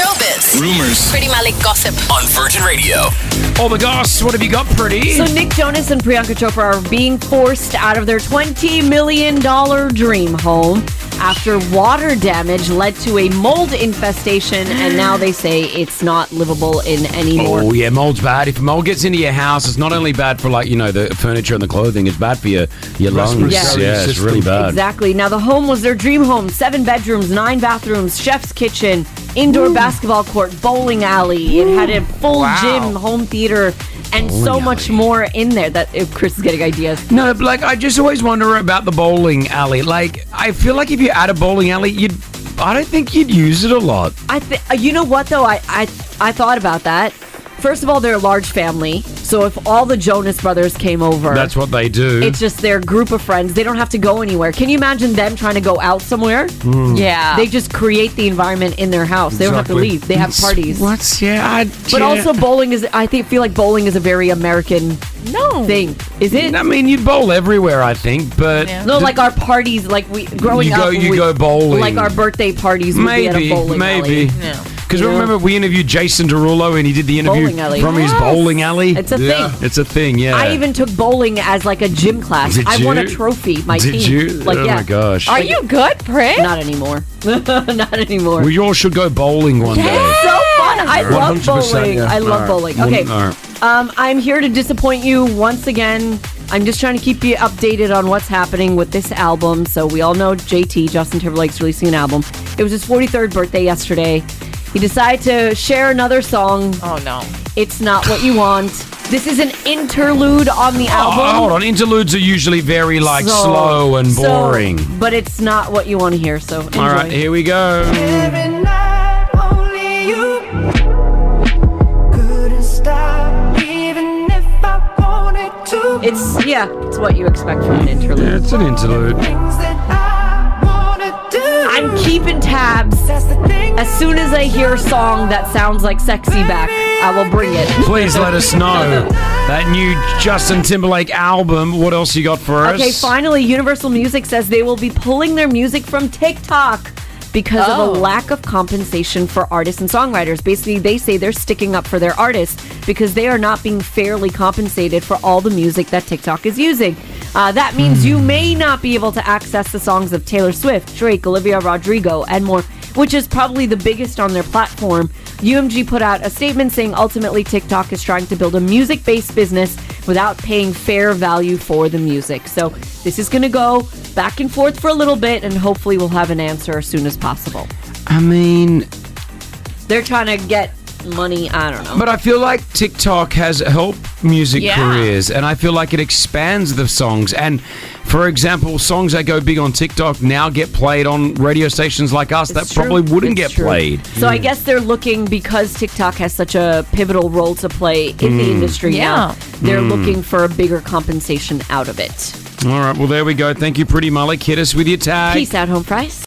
showbiz, Rumors pretty Malik gossip, on Virgin Radio. Oh my gosh, what have you got, pretty? So Nick Jonas and Priyanka Chopra are being forced out of their $20 million dream home after water damage led to a mold infestation and now they say it's not livable in anymore. Oh yeah, mold's bad. If mold gets into your house, it's not only bad for like you know the furniture and the clothing. It's bad for your your lungs. Respiratory Yeah, it's system. really bad. Exactly. Now the home was their dream home, seven bedrooms, nine bathrooms, chef's kitchen, indoor basketball court, bowling alley. It had a full Wow. gym, home theater, and so much more in there that if Chris is getting ideas. No, but like I just always wonder about the bowling alley. Like I feel like if you add a bowling alley, you'd I don't think you'd use it a lot. I th- uh, you know what though I, I I thought about that. First of all, they're a large family, so if all the Jonas brothers came over, That's what they do. it's just their group of friends. They don't have to go anywhere. Can you imagine them trying to go out somewhere? Mm. Yeah. they just create the environment in their house. They don't have to Exactly. leave. They have It's- parties. What's yeah? I, But also bowling is. I think feel like bowling is a very American no thing. Is it? I mean, you bowl everywhere, I think, but No, like our parties, like we growing You go- up. you we- go bowling. Like our birthday parties. would be at a maybe, bowling maybe. alley. Because remember, we interviewed Jason Derulo, and he did the interview Bowling alley. from his Yes. bowling alley. It's a Yeah. thing. It's a thing. Yeah. I even took bowling as like a gym class. Did I won a you? trophy. My Did team. you? Like, Oh yeah. my gosh. Are you good, Prit? Not anymore. Not anymore. We all should go bowling one It's day. so fun. I love 100%, bowling. yeah. I love Alright. bowling. Okay. Wouldn't- alright. Um, I'm here to disappoint you once again. I'm just trying to keep you updated on what's happening with this album. So we all know JT, Justin Timberlake's releasing an album. It was his 43rd birthday yesterday. He decided to share another song. Oh no. It's not what you want. This is an interlude on the Oh, album. hold on. Interludes are usually very like So- slow and so- boring. but it's not what you want to hear, so enjoy. all right, here we go. It's yeah, it's what you expect from an interlude. Yeah, it's an interlude. I'm keeping tabs. As soon as I hear a song that sounds like sexy back, I will bring it. Please let us know that new Justin Timberlake album. What else you got for us? Okay, finally, Universal Music says they will be pulling their music from TikTok because Oh. of a lack of compensation for artists and songwriters. Basically, they say they're sticking up for their artists because they are not being fairly compensated for all the music that TikTok is using. Uh, that means you may not be able to access the songs of Taylor Swift, Drake, Olivia Rodrigo, and more, which is probably the biggest on their platform. UMG put out a statement saying ultimately TikTok is trying to build a music based business without paying fair value for the music. So this is going to go back and forth for a little bit, and hopefully we'll have an answer as soon as possible. I mean, They're trying to get money. I don't know. But I feel like TikTok has helped music Yeah. careers, and I feel like it expands the songs. And for example, songs that go big on TikTok now get played on radio stations like us that true. probably wouldn't It's get true. played. So I guess they're looking because TikTok has such a pivotal role to play in the Mm. industry Yeah. now. They're Mm. looking for a bigger compensation out of it. All right, well there we go. Thank you, Pretty Malik. Hit us with your tag. Peace out, home price.